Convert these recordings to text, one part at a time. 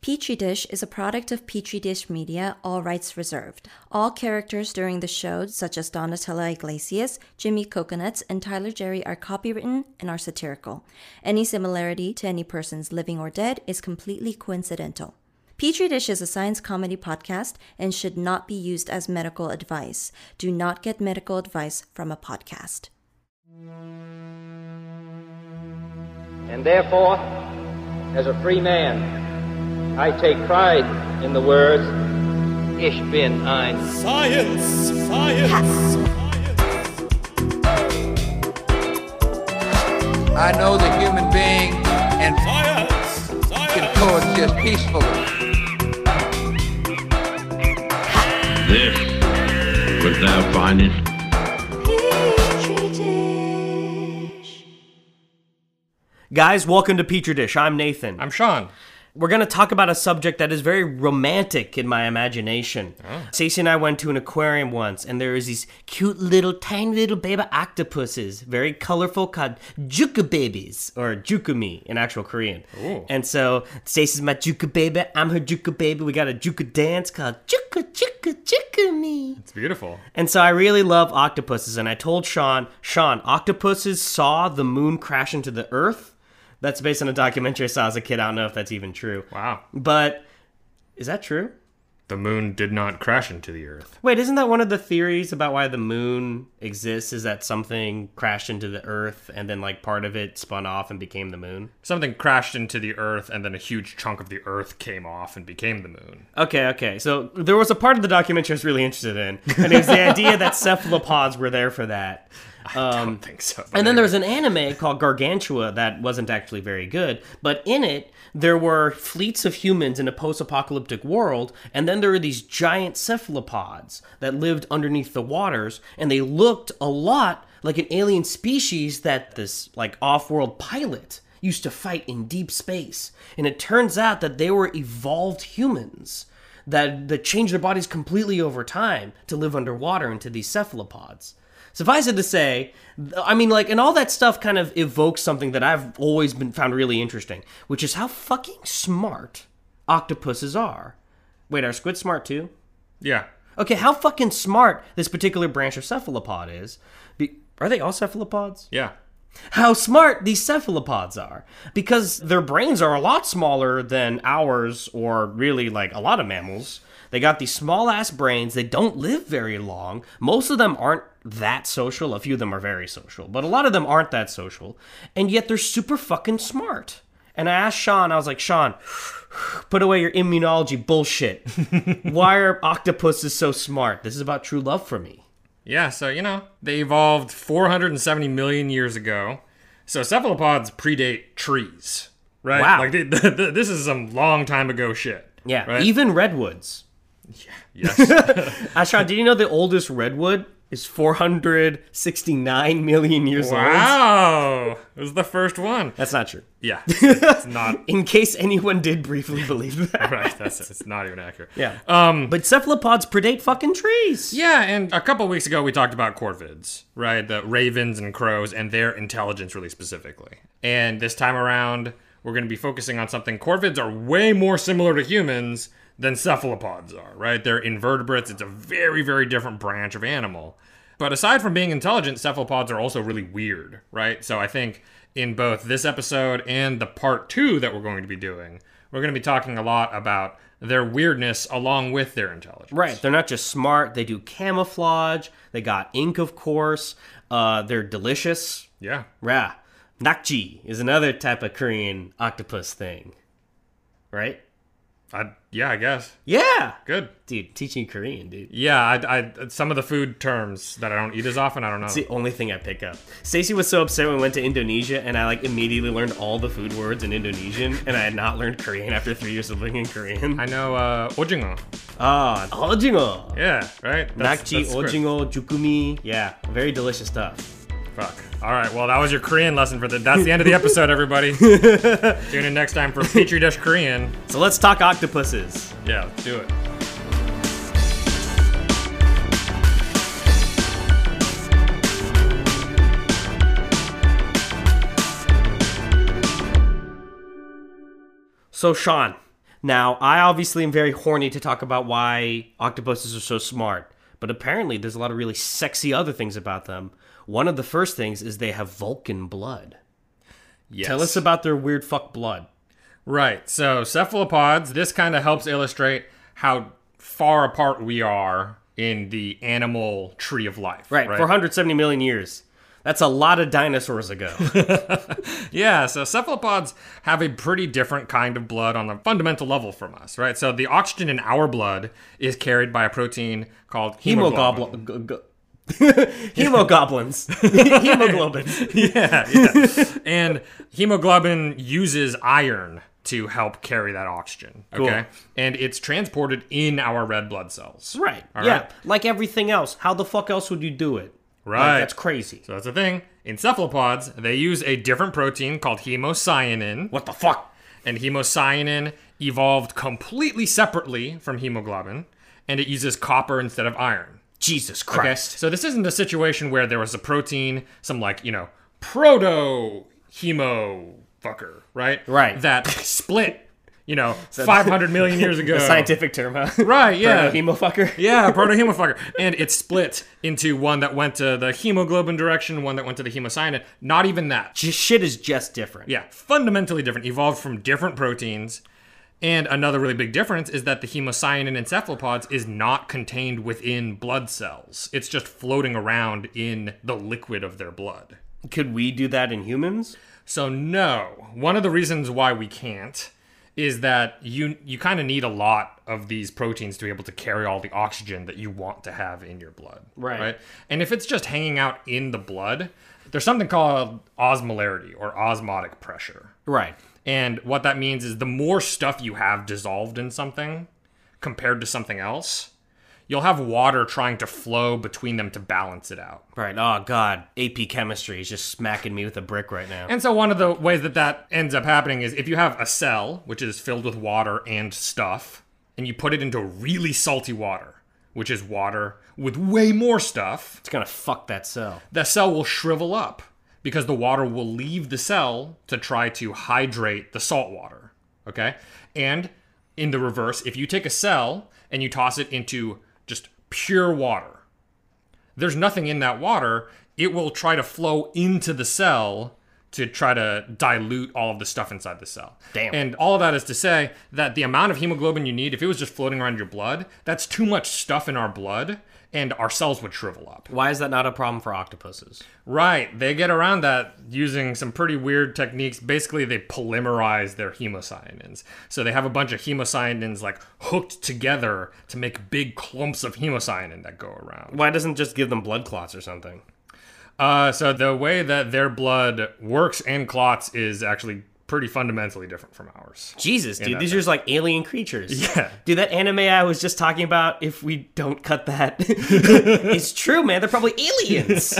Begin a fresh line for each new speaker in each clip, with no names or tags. Petri Dish is a product of Petri Dish Media, all rights reserved. All characters during the show, such as Donatella Iglesias, Jimmy Coconuts, and Tyler Jerry, are copywritten and are satirical. Any similarity to any persons living or dead is completely coincidental. Petri Dish is a science comedy podcast and should not be used as medical advice. Do not get medical advice from a podcast.
And therefore, as a free man, I take pride in the words, Ich bin ein
Science! Science!
I know the human being and
Science!
can
Science!
coexist peacefully.
This was thou findest.
Guys, welcome to Petri Dish. I'm Nathan.
I'm Sean.
We're going to talk about a subject that is very romantic in my imagination. Stacey and I went to an aquarium once, and there was these cute little, tiny little baby octopuses, very colorful, called juka babies, or jukumi in actual Korean. And so Stacey's my juka baby, I'm her juka baby. We got a juka dance called juka, juka, jukumi.
It's beautiful.
And so I really love octopuses, and I told Sean, Sean, octopuses saw the moon crash into the earth. That's based on a documentary I saw as a kid. I don't know if that's even true.
Wow.
But is that true?
The moon did not crash into the earth.
Wait, isn't that one of the theories about why the moon exists? Is that something crashed into the earth and then like part of it spun off and became the moon?
Something crashed into the earth, and then a huge chunk of the earth came off and became the moon.
Okay, okay. So there was a part of the documentary I was really interested in, and it was the idea that cephalopods were there for that. Um,
I don't think so.
And then there was an anime called Gargantua that wasn't actually very good, but in it there were fleets of humans in a post-apocalyptic world, and then there were these giant cephalopods that lived underneath the waters, and they looked a lot like an alien species that this like off-world pilot used to fight in deep space. And it turns out that they were evolved humans that that change their bodies completely over time to live underwater into these cephalopods. Suffice it to say, th- I mean, like, and all that stuff kind of evokes something that I've always been found really interesting, which is how fucking smart octopuses are. Wait, are squid smart too?
yeah.
Okay, how fucking smart this particular branch of cephalopod is. Be- are they all cephalopods?
Yeah.
how smart these cephalopods are because their brains are a lot smaller than ours or really like a lot of mammals. They got these small ass brains. They don't live very long. Most of them aren't that social. A few of them are very social, but a lot of them aren't that social. And yet they're super fucking smart. And I asked Sean, I was like, Sean, put away your immunology bullshit. Why are octopuses so smart? This is about true love for me.
Yeah, so, you know, they evolved 470 million years ago. So cephalopods predate trees, right?
Wow.
Like, they, th th this is some long time ago shit.
Yeah,
Right?
even redwoods.
Yes.
Ashon, did you know the oldest redwood is 469 million years old?
wow. It was the first one.
That's not true.
Yeah. It's not.
In case anyone did briefly believe that.
Right. That's it's not even accurate.
Yeah. Um, but cephalopods predate fucking trees.
Yeah, and a couple weeks ago we talked about corvids, right? The ravens and crows and their intelligence really specifically. And this time around, we're going to be focusing on something corvids are way more similar to humans than cephalopods are, right? They're invertebrates. It's a very, very different branch of animal. But aside from being intelligent, cephalopods are also really weird, right? So I think in both this episode and the part two that we're going to be doing, we're going to be talking a lot about their weirdness along with their intelligence.
Right. They're not just smart, they do camouflage, they got ink, of course. Uh, they're delicious.
Yeah.
Ra. Nakji is another type of Korean octopus thing. Right?
I yeah, I guess.
Yeah.
Good.
Dude, teaching Korean, dude.
Yeah, I, I some of the food terms that I don't eat as often, I don't know.
It's the only thing I pick up. Stacy was so upset when we went to Indonesia, and I like immediately learned all the food words in Indonesian, and I had not learned Korean after three years of living in Korean.
I know uh ojingo.
Ah, ojingo,
Yeah, right. That's-
nakji,
that's good.
ojingo, jukumi. Yeah, very delicious stuff.
Fuck. All right. Well, that was your Korean lesson for the. That's the end of the episode, everybody. Tune in next time for Petri Dish Korean.
So let's talk octopuses.
Yeah, let's do it.
So Sean, Now, I obviously am very horny to talk about why octopuses are so smart, but apparently there's a lot of really sexy other things about them. One of the first things is they have Vulcan blood.
Yes.
Tell us about their weird fuck blood.
Right. So cephalopods, this kind of helps illustrate how far apart we are in the animal tree of life.
Right, 470 million years. That's a lot of dinosaurs ago.
Yeah, so cephalopods have a pretty different kind of blood on a fundamental level from us, right? So the oxygen in our blood is carried by a protein called hemoglobin.
Hemoglobin. G- g- Hemogoblins. Hemoglobin.
yeah, yeah. and hemoglobin uses iron to help carry that oxygen. Okay. And it's transported in our red blood cells.
Right.
All
yeah.
right.
Like everything else. How the fuck else would you do it? Like,
Right.
that's crazy.
So that's the thing. In cephalopods, they use a different protein called hemocyanin.
What the fuck?
And hemocyanin evolved completely separately from hemoglobin, and it uses copper instead of iron.
Jesus
Okay?
Christ.
So this isn't a situation where there was a protein, some like, you know, proto hemo fucker, right?
Right.
That split, you know, 500 million years ago.
The scientific term, huh?
Right, yeah.
Hemo fucker.
Yeah, proto hemofucker. And it split into one that went to the hemoglobin direction, one that went to the hemocyanin. Not even that.
Just shit is just different.
Yeah, fundamentally different, evolved from different proteins. And another really big difference is that the hemocyanin in cephalopods is not contained within blood cells. It's just floating around in the liquid of their blood.
Could we do that in humans?
So no, one of the reasons why we can't is that you you kind of need a lot of these proteins to be able to carry all the oxygen that you want to have in your blood.
Right.
And if it's just hanging out in the blood, there's something called osmolarity or osmotic pressure.
Right.
And what that means is the more stuff you have dissolved in something compared to something else, you'll have water trying to flow between them to balance it out.
Right. Oh god. AP chemistry is just smacking me with a brick right now.
And so one of the ways that that ends up happening is if you have a cell which is filled with water and stuff, and you put it into really salty water, which is water with way more stuff,
it's gonna fuck that cell.
the cell will shrivel up because the water will leave the cell to try to hydrate the salt water. Okay? And in the reverse, if you take a cell and you toss it into just pure water, there's nothing in that water. It will try to flow into the cell to try to dilute all of the stuff inside the cell.
Damn.
And all of that is to say that the amount of hemoglobin you need, if it was just floating around your blood, that's too much stuff in our blood, and our cells would shrivel up.
Why is that not a problem for octopuses?
Right. They get around that using some pretty weird techniques. Basically, they polymerize their hemocyanins. So they have a bunch of hemocyanins like hooked together to make big clumps of hemocyanin that go around.
Why doesn't it just give them blood clots or something?
Uh, so the way that their blood works and clots is actually pretty fundamentally different from ours.
Jesus, dude,
that
these are just like alien creatures.
Yeah.
Dude, that anime I was just talking about, if we don't cut that, it's true, man. They're probably aliens.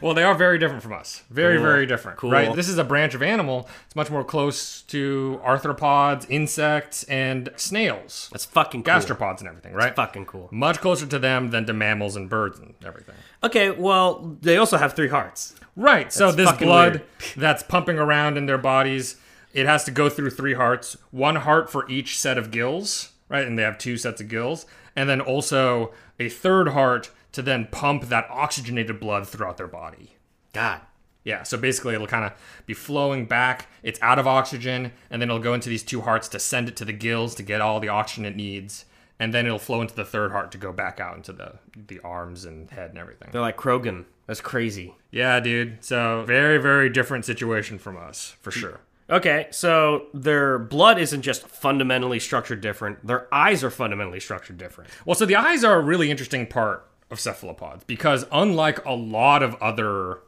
Well, they are very different from us. Very, very different.
Cool.
Right. This is a branch of animal. It's much more close to arthropods, insects, and snails.
That's fucking cool.
gastropods and everything, right?
fucking cool.
Much closer to them than to mammals and birds and everything.
Okay, well, they also have three hearts.
Right. So
That's
this
fucking
blood
weird.
that's pumping around in their bodies, it has to go through three hearts, one heart for each set of gills, right? And they have two sets of gills, and then also a third heart to then pump that oxygenated blood throughout their body.
God.
Yeah, so basically it'll kind of be flowing back. It's out of oxygen, and then it'll go into these two hearts to send it to the gills to get all the oxygen it needs, and then it'll flow into the third heart to go back out into the the arms and head and everything.
They're like Krogan. That's crazy.
Yeah, dude. So very very different situation from us for sure.
Okay, so their blood isn't just fundamentally structured different, their eyes are fundamentally structured different.
Well, so the eyes are a really interesting part of cephalopods because unlike a lot of other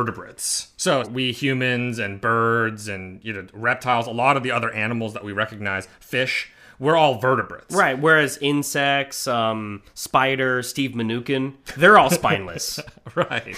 invertebrates, so we humans and birds and you know reptiles, a lot of the other animals that we recognize, fish, we're all vertebrates.
Right, whereas insects, um, spider, Steve Mnuchin, they're all spineless.
Right.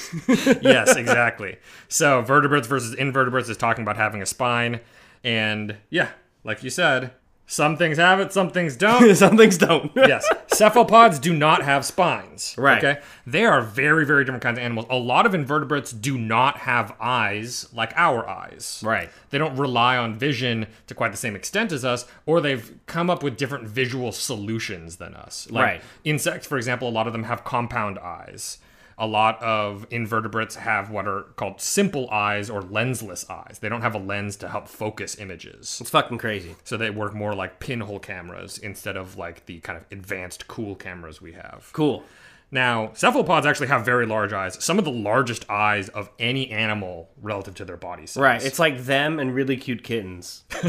yes, exactly. So vertebrates versus invertebrates is talking about having a spine. And yeah, like you said, Some things have it, some things don't.
Some things don't.
yes. Cephalopods do not have spines.
Right.
Okay. They are very, very different kinds of animals. A lot of invertebrates do not have eyes like our eyes.
Right.
They don't rely on vision to quite the same extent as us, or they've come up with different visual solutions than us. Like
Right.
insects, for example, a lot of them have compound eyes. A lot of invertebrates have what are called simple eyes or lensless eyes. They don't have a lens to help focus images.
It's fucking crazy.
So they work more like pinhole cameras instead of like the kind of advanced cool cameras we have.
Cool.
Now, cephalopods actually have very large eyes, some of the largest eyes of any animal relative to their body size.
Right. It's like them and really cute kittens.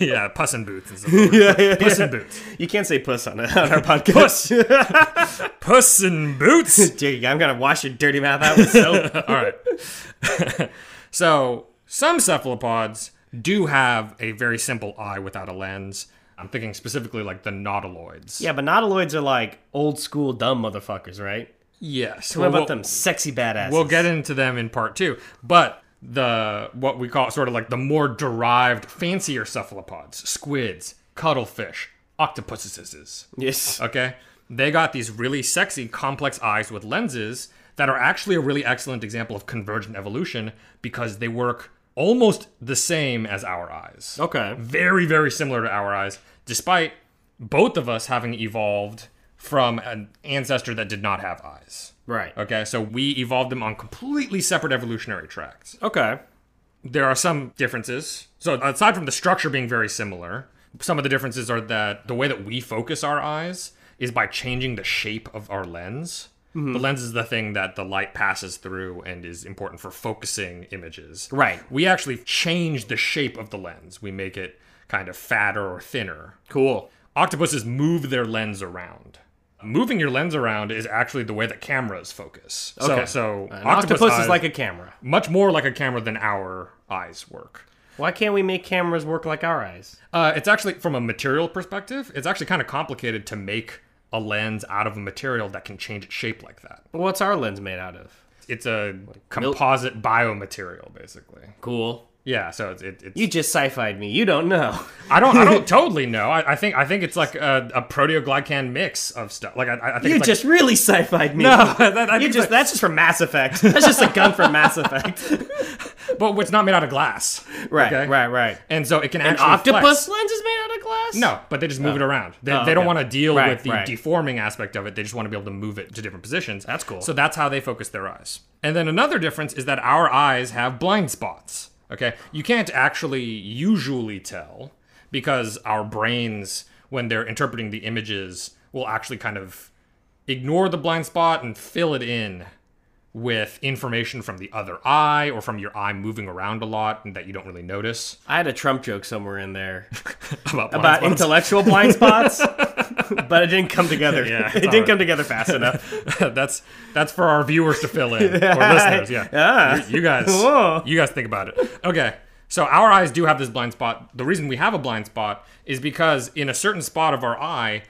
yeah, puss in boots and stuff. yeah, yeah, puss in boots.
You can't say puss on, on our podcast.
Puss. puss in boots.
Jake, I'm gonna wash your dirty mouth out with soap.
All right. so some cephalopods do have a very simple eye without a lens. I'm thinking specifically like the nautiloids.
yeah, but nautiloids are like old school dumb motherfuckers, right?
Yes.
What about them sexy badasses?
We'll get into them in part two, but the what we call sort of like the more derived, fancier cephalopods, squids, cuttlefish, octopuses.
Yes.
Okay, they got these really sexy, complex eyes with lenses that are actually a really excellent example of convergent evolution because they work almost the same as our eyes.
Okay.
Very, very similar to our eyes, despite both of us having evolved from an ancestor that did not have eyes.
Right.
Okay, so we evolved them on completely separate evolutionary tracts.
Okay.
There are some differences. So, aside from the structure being very similar, some of the differences are that the way that we focus our eyes is by changing the shape of our lens.
Mm-hmm.
The lens is the thing that the light passes through and is important for focusing images.
Right.
We actually change the shape of the lens, we make it kind of fatter or thinner.
Cool.
Octopuses move their lens around. Moving your lens around is actually the way that cameras focus.
Okay.
So, so
An octopus,
eyes-
is like a camera.
much more like a camera than our eyes work.
Why can't we make cameras work like our eyes?
Uh, it's actually from a material perspective, it's actually kind of complicated to make a lens out of a material that can change its shape like that.
What's our lens made out of?
It's a composite biomaterial, basically.
Cool.
Yeah, so it's, it, it's
You just sci-fied me. You don't know.
I don't I don't totally know. I, I think I think it's like a, a proteoglycan mix of stuff. Like I, I think
You
it's like-
just really sci-fied me.
No, that- I
you
think
just
that-
that's just from Mass Effect. That's just a gun from Mass Effect.
but it's not made out of glass.
Right,
okay?
right, right.
And so it can
An
actually flex.
octopus lens is made out of glass?
No, but they just move it around. They,
Oh,
they don't
okay.
want to deal
Right,
with the
right.
deforming aspect of it. They just want to be able to move it to different positions.
That's cool.
So that's how they focus their eyes. And then another difference is that our eyes have blind spots. Okay. You can't actually usually tell because our brains, when they're interpreting the images, will actually kind of ignore the blind spot and fill it in with information from the other eye or from your eye moving around a lot and that you don't really notice
I had a Trump joke somewhere in there
about, blind
about
spots.
intellectual blind spots, but it didn't come together.
Yeah,
it didn't
alright.
come together fast enough.
that's that's for our viewers to fill in or listeners. Yeah,
Ah.
You, you guys,
Whoa.
you guys think about it. Okay, so our eyes do have this blind spot. The reason we have a blind spot is because in a certain spot of our eye,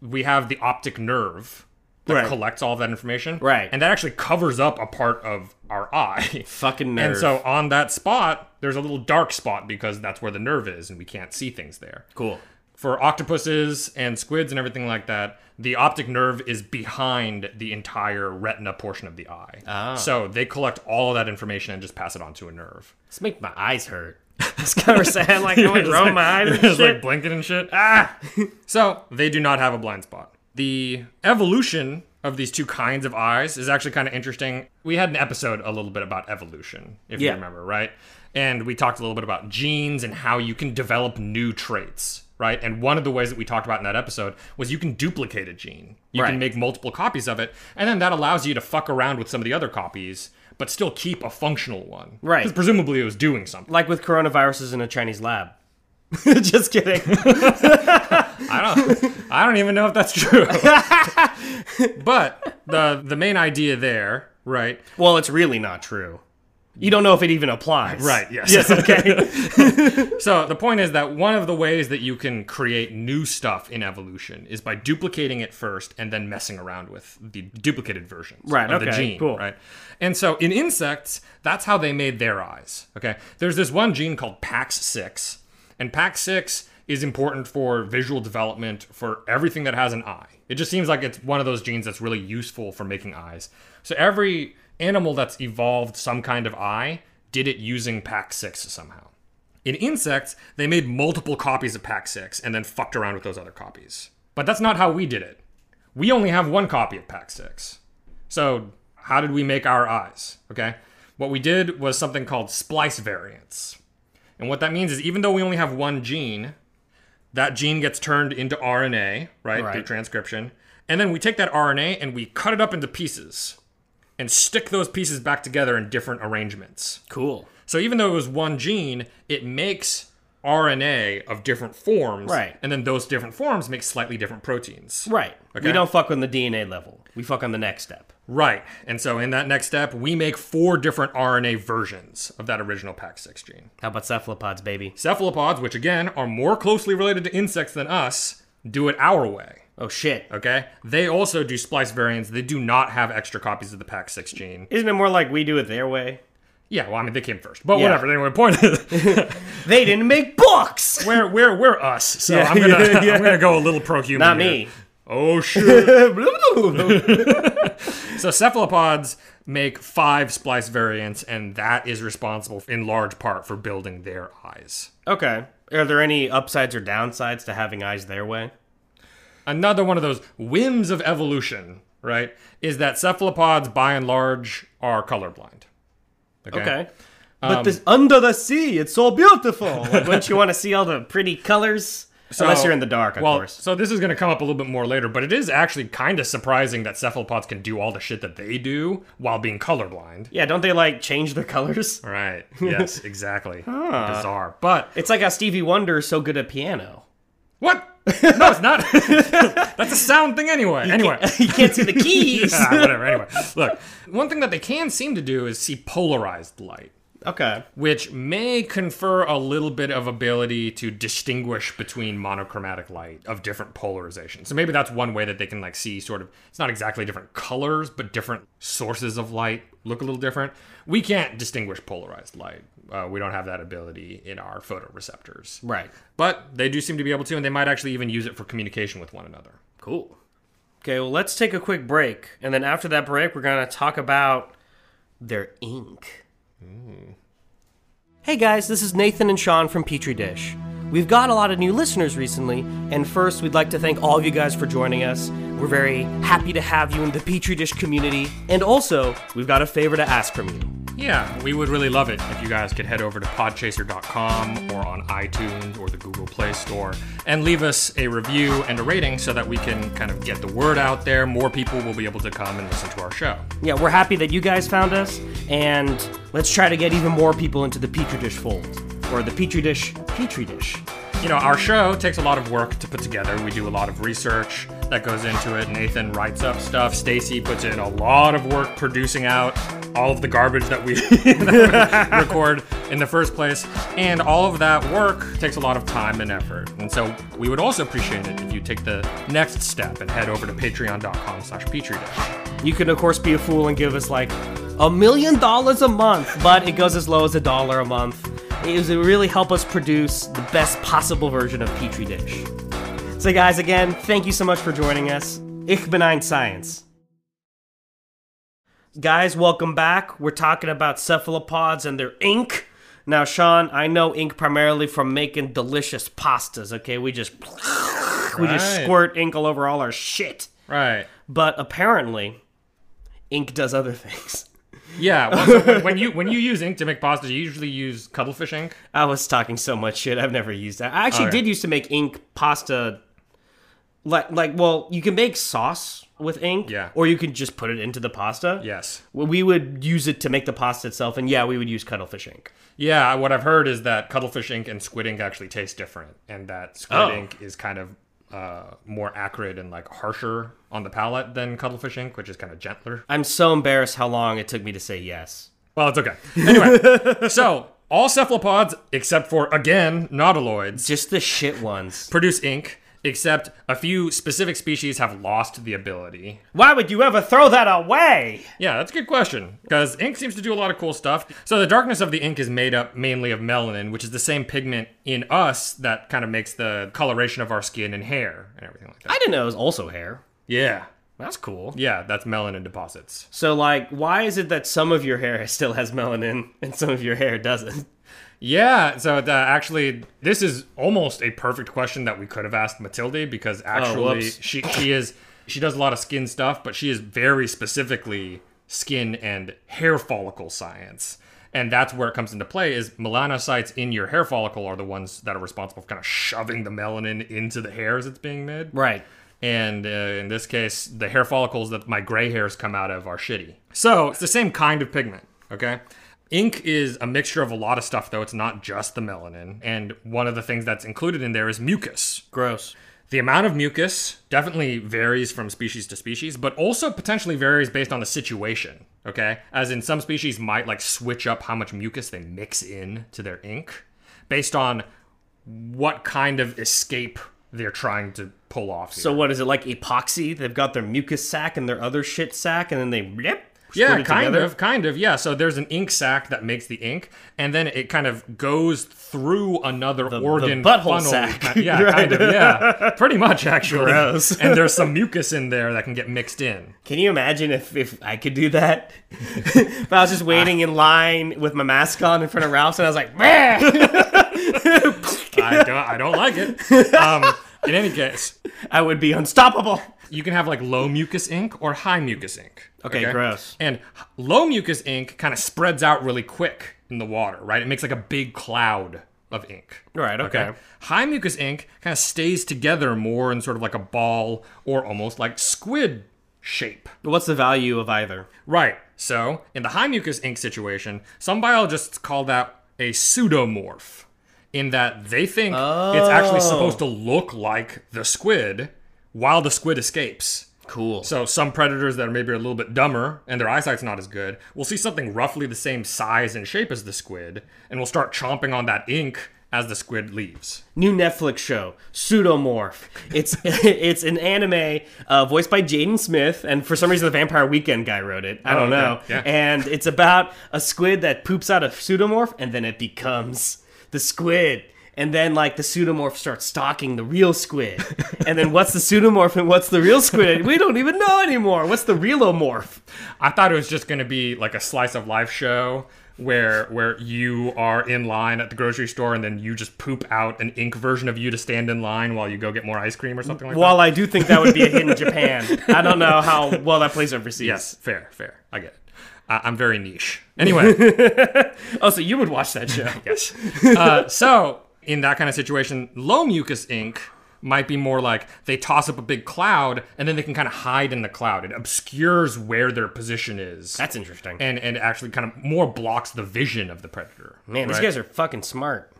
we have the optic nerve that
Right.
collects all that information.
Right.
and that actually covers up a part of our eye.
Fucking nerve.
And so on that spot, there's a little dark spot because that's where the nerve is, and we can't see things there
cool.
for octopuses and squids and everything like that, the optic nerve is behind the entire retina portion of the eye.
Ah.
So they collect all of that information and just pass it on to a nerve.
Let's make my eyes hurt. This conversation, like, I went
It's
roll
like-
my eyes and
it's like
shit.
blinking and shit. Ah! so they do not have a blind spot. The evolution of these two kinds of eyes is actually kind of interesting. We had an episode a little bit about evolution, if
Yeah.
you remember, right? And we talked a little bit about genes and how you can develop new traits, right? And one of the ways that we talked about in that episode was you can duplicate a gene. You
Right.
can make multiple copies of it, and then that allows you to fuck around with some of the other copies, but still keep a functional one.
Right.
'Cause presumably it was doing something.
like with coronaviruses in a Chinese lab. Just kidding.
I don't I don't even know if that's true. but the the main idea there, right?
Well, it's really not true. You don't know if it even applies.
Right, yes.
Yes, okay.
So the point is that one of the ways that you can create new stuff in evolution is by duplicating it first and then messing around with the duplicated versions
Right,
of the
okay,
gene,
cool.
right? And so in insects, that's how they made their eyes. Okay, there's this one gene called Pax6, and Pax6 is important for visual development for everything that has an eye. It just seems like it's one of those genes that's really useful for making eyes. So every animal that's evolved some kind of eye did it using PAC6 somehow. In insects, they made multiple copies of PAC6 and then fucked around with those other copies. But that's not how we did it. We only have one copy of PAC6. So, how did we make our eyes? Okay. What we did was something called splice variants. And what that means is even though we only have one gene, that gene gets turned into RNA, right, through
Right.
transcription. And then we take that RNA and we cut it up into pieces and stick those pieces back together in different arrangements.
Cool.
So even though it was one gene, it makes RNA of different forms.
Right.
And then those different forms make slightly different proteins.
Right.
Okay.
We don't fuck on the DNA level. We fuck on the next step.
Right. And so in that next step, we make four different RNA versions of that original PAC6 gene.
How about cephalopods, baby?
Cephalopods, which again are more closely related to insects than us, do it our way.
Oh shit.
Okay? They also do splice variants. They do not have extra copies of the PAC6 gene.
Isn't it more like we do it their way?
Yeah, well, I mean, they came first. But
Yeah.
whatever. Anyway, point is,
They didn't make books.
we're, we're, we're us. So
Yeah,
I'm going to
yeah, yeah.
I'm gonna go a little pro human.
Not me.
Oh, shit. So cephalopods make five splice variants, and that is responsible in large part for building their eyes.
okay. Are there any upsides or downsides to having eyes their way?
Another one of those whims of evolution, right, is that cephalopods, by and large, are colorblind.
Okay. But
Um,
this under the sea, it's so beautiful. Like, don't you want to see all the pretty colors? Unless you're in the dark, of
well,
course.
So this is going to come up a little bit more later, but it is actually kind of surprising that cephalopods can do all the shit that they do while being colorblind.
Yeah, don't they like change their colors?
Right. Yes, exactly. Bizarre. But
It's like how Stevie Wonder is so good at piano.
what? No, it's not. That's a sound thing anyway. anyway,
You can't see the keys.
Ah, whatever. Anyway, look, one thing that they can seem to do is see polarized light,
Okay.
which may confer a little bit of ability to distinguish between monochromatic light of different polarizations. So maybe that's one way that they can like see sort of it's not exactly different colors, but different sources of light look a little different. We can't distinguish polarized light. Uh, we don't have that ability in our photoreceptors.
Right.
But they do seem to be able to, and they might actually even use it for communication with one another.
Cool. Okay, well, let's take a quick break. And then after that break, we're going to talk about their ink. Hmm. Hey guys, this is Nathan and Sean from Petri Dish. We've got a lot of new listeners recently, and first, we'd like to thank all of you guys for joining us. We're very happy to have you in the Petri Dish community, and also, we've got a favor to ask from you.
Yeah, we would really love it if you guys could head over to podchaser.com or on iTunes or the Google Play Store and leave us a review and a rating so that we can kind of get the word out there. More people will be able to come and listen to our show.
Yeah, we're happy that you guys found us, and let's try to get even more people into the Petri Dish fold, or the Petri Dish Petri Dish.
You know, our show takes a lot of work to put together. We do a lot of research that goes into it. Nathan writes up stuff. Stacy puts in a lot of work producing out all of the garbage that we, that we record in the first place. And all of that work takes a lot of time and effort. And so we would also appreciate it if you take the next step and head over to patreon.com slash petri dish.
You can, of course, be a fool and give us like a million dollars a month, but it goes as low as a dollar a month. It was- it would really help us produce the best possible version of Petri Dish. So, guys, again, thank you so much for joining us. Ich bin ein Science. Guys, welcome back. We're talking about cephalopods and their ink. Now, Sean, I know ink primarily from making delicious pastas, okay? We just we just
Right.
squirt ink all over all our shit
Right.
but apparently ink does other things
Yeah. well, so when- when you when you use ink to make pasta, you usually use cuttlefish ink.
i was talking so much shit i've never used that i actually
Okay.
did used to make ink pasta like like well you can make sauce with ink
Yeah.
or you can just put it into the pasta
Yes.
Well, we would use it to make the pasta itself and yeah we would use cuttlefish ink
Yeah, what I've heard is that cuttlefish ink and squid ink actually taste different, and that squid
Oh.
ink is kind of uh, more acrid and like harsher on the palate than cuttlefish ink, which is kind of gentler.
i'm so embarrassed how long it took me to say yes
Well, it's okay. Anyway, so all cephalopods, except for again nautiloids,
just the shit ones
produce ink, except a few specific species have lost the ability.
Why would you ever throw that away?
Yeah, that's a good question because ink seems to do a lot of cool stuff. So the darkness of the ink is made up mainly of melanin, which is the same pigment in us that kind of makes the coloration of our skin and hair and everything like that.
I didn't know it was also hair.
yeah.
That's cool.
Yeah, that's melanin deposits.
So, like, why is it that some of your hair still has melanin and some of your hair doesn't?
Yeah, so the, actually, this is almost a perfect question that we could have asked Matilde because actually
Oh, whoops.
she she is she does a lot of skin stuff, but she is very specifically skin and hair follicle science, and that's where it comes into play. Is melanocytes in your hair follicle are the ones that are responsible for kind of shoving the melanin into the hair as it's being made,
Right.
and uh, in this case, the hair follicles that my gray hairs come out of are shitty. So it's the same kind of pigment, okay? Ink is a mixture of a lot of stuff, though. It's not just the melanin. And one of the things that's included in there is mucus.
Gross.
The amount of mucus definitely varies from species to species, but also potentially varies based on the situation, okay? As in, some species might like switch up how much mucus they mix in to their ink based on what kind of escape they're trying to pull off. here.
So, what is it like epoxy? They've got their mucus sac and their other shit sac, and then they blip.
Yeah,
squirt it
kind
together?
of, kind of. Yeah. So there's an ink sac that makes the ink, and then it kind of goes through another organ
butthole
funnel.
sac.
Yeah, kind of. Yeah, pretty much actually.
Gross.
and there's some mucus in there that can get mixed in.
Can you imagine if, if I could do that? if I was just waiting in line with my mask on in front of Ralph's, and I was like, "Meh."
I don't, I don't like it. Um, in any case,
I would be unstoppable.
you can have like low mucus ink or high mucus ink.
Okay, gross.
And h- low mucus ink kind of spreads out really quick in the water, right? It makes like a big cloud of ink.
Right, okay.
High mucus ink kind of stays together more in sort of like a ball or almost like squid shape.
What's the value of either?
Right. So, in the high mucus ink situation, some biologists call that a pseudomorph, in that they think it's actually supposed to look like the squid while the squid escapes.
Cool.
So some predators that are maybe a little bit dumber and their eyesight's not as good will see something roughly the same size and shape as the squid and will start chomping on that ink as the squid leaves.
New Netflix show, Pseudomorph. It's it's an anime uh, voiced by Jaden Smith, and for some reason the Vampire Weekend guy wrote it. I
Oh,
don't
okay.
know.
Yeah.
And it's about a squid that poops out a pseudomorph, and then it becomes the squid. And then like the pseudomorph starts stalking the real squid. and then what's the pseudomorph and what's the real squid? We don't even know anymore. What's the realomorph?
I thought it was just going to be like a slice of life show where where you are in line at the grocery store and then you just poop out an ink version of you to stand in line while you go get more ice cream or something like
While
that.
I do think that would be a hit in Japan, I don't know how well that plays overseas.
Yes, fair, fair. I get it. Uh, I'm very niche. Anyway,
Oh, so you would watch that show.
yes. Uh, so in that kind of situation, low mucus ink might be more like they toss up a big cloud and then they can kind of hide in the cloud. It obscures where their position is.
That's interesting.
and, and actually kind of more blocks the vision of the predator.
Man, these
right?
guys are fucking smart.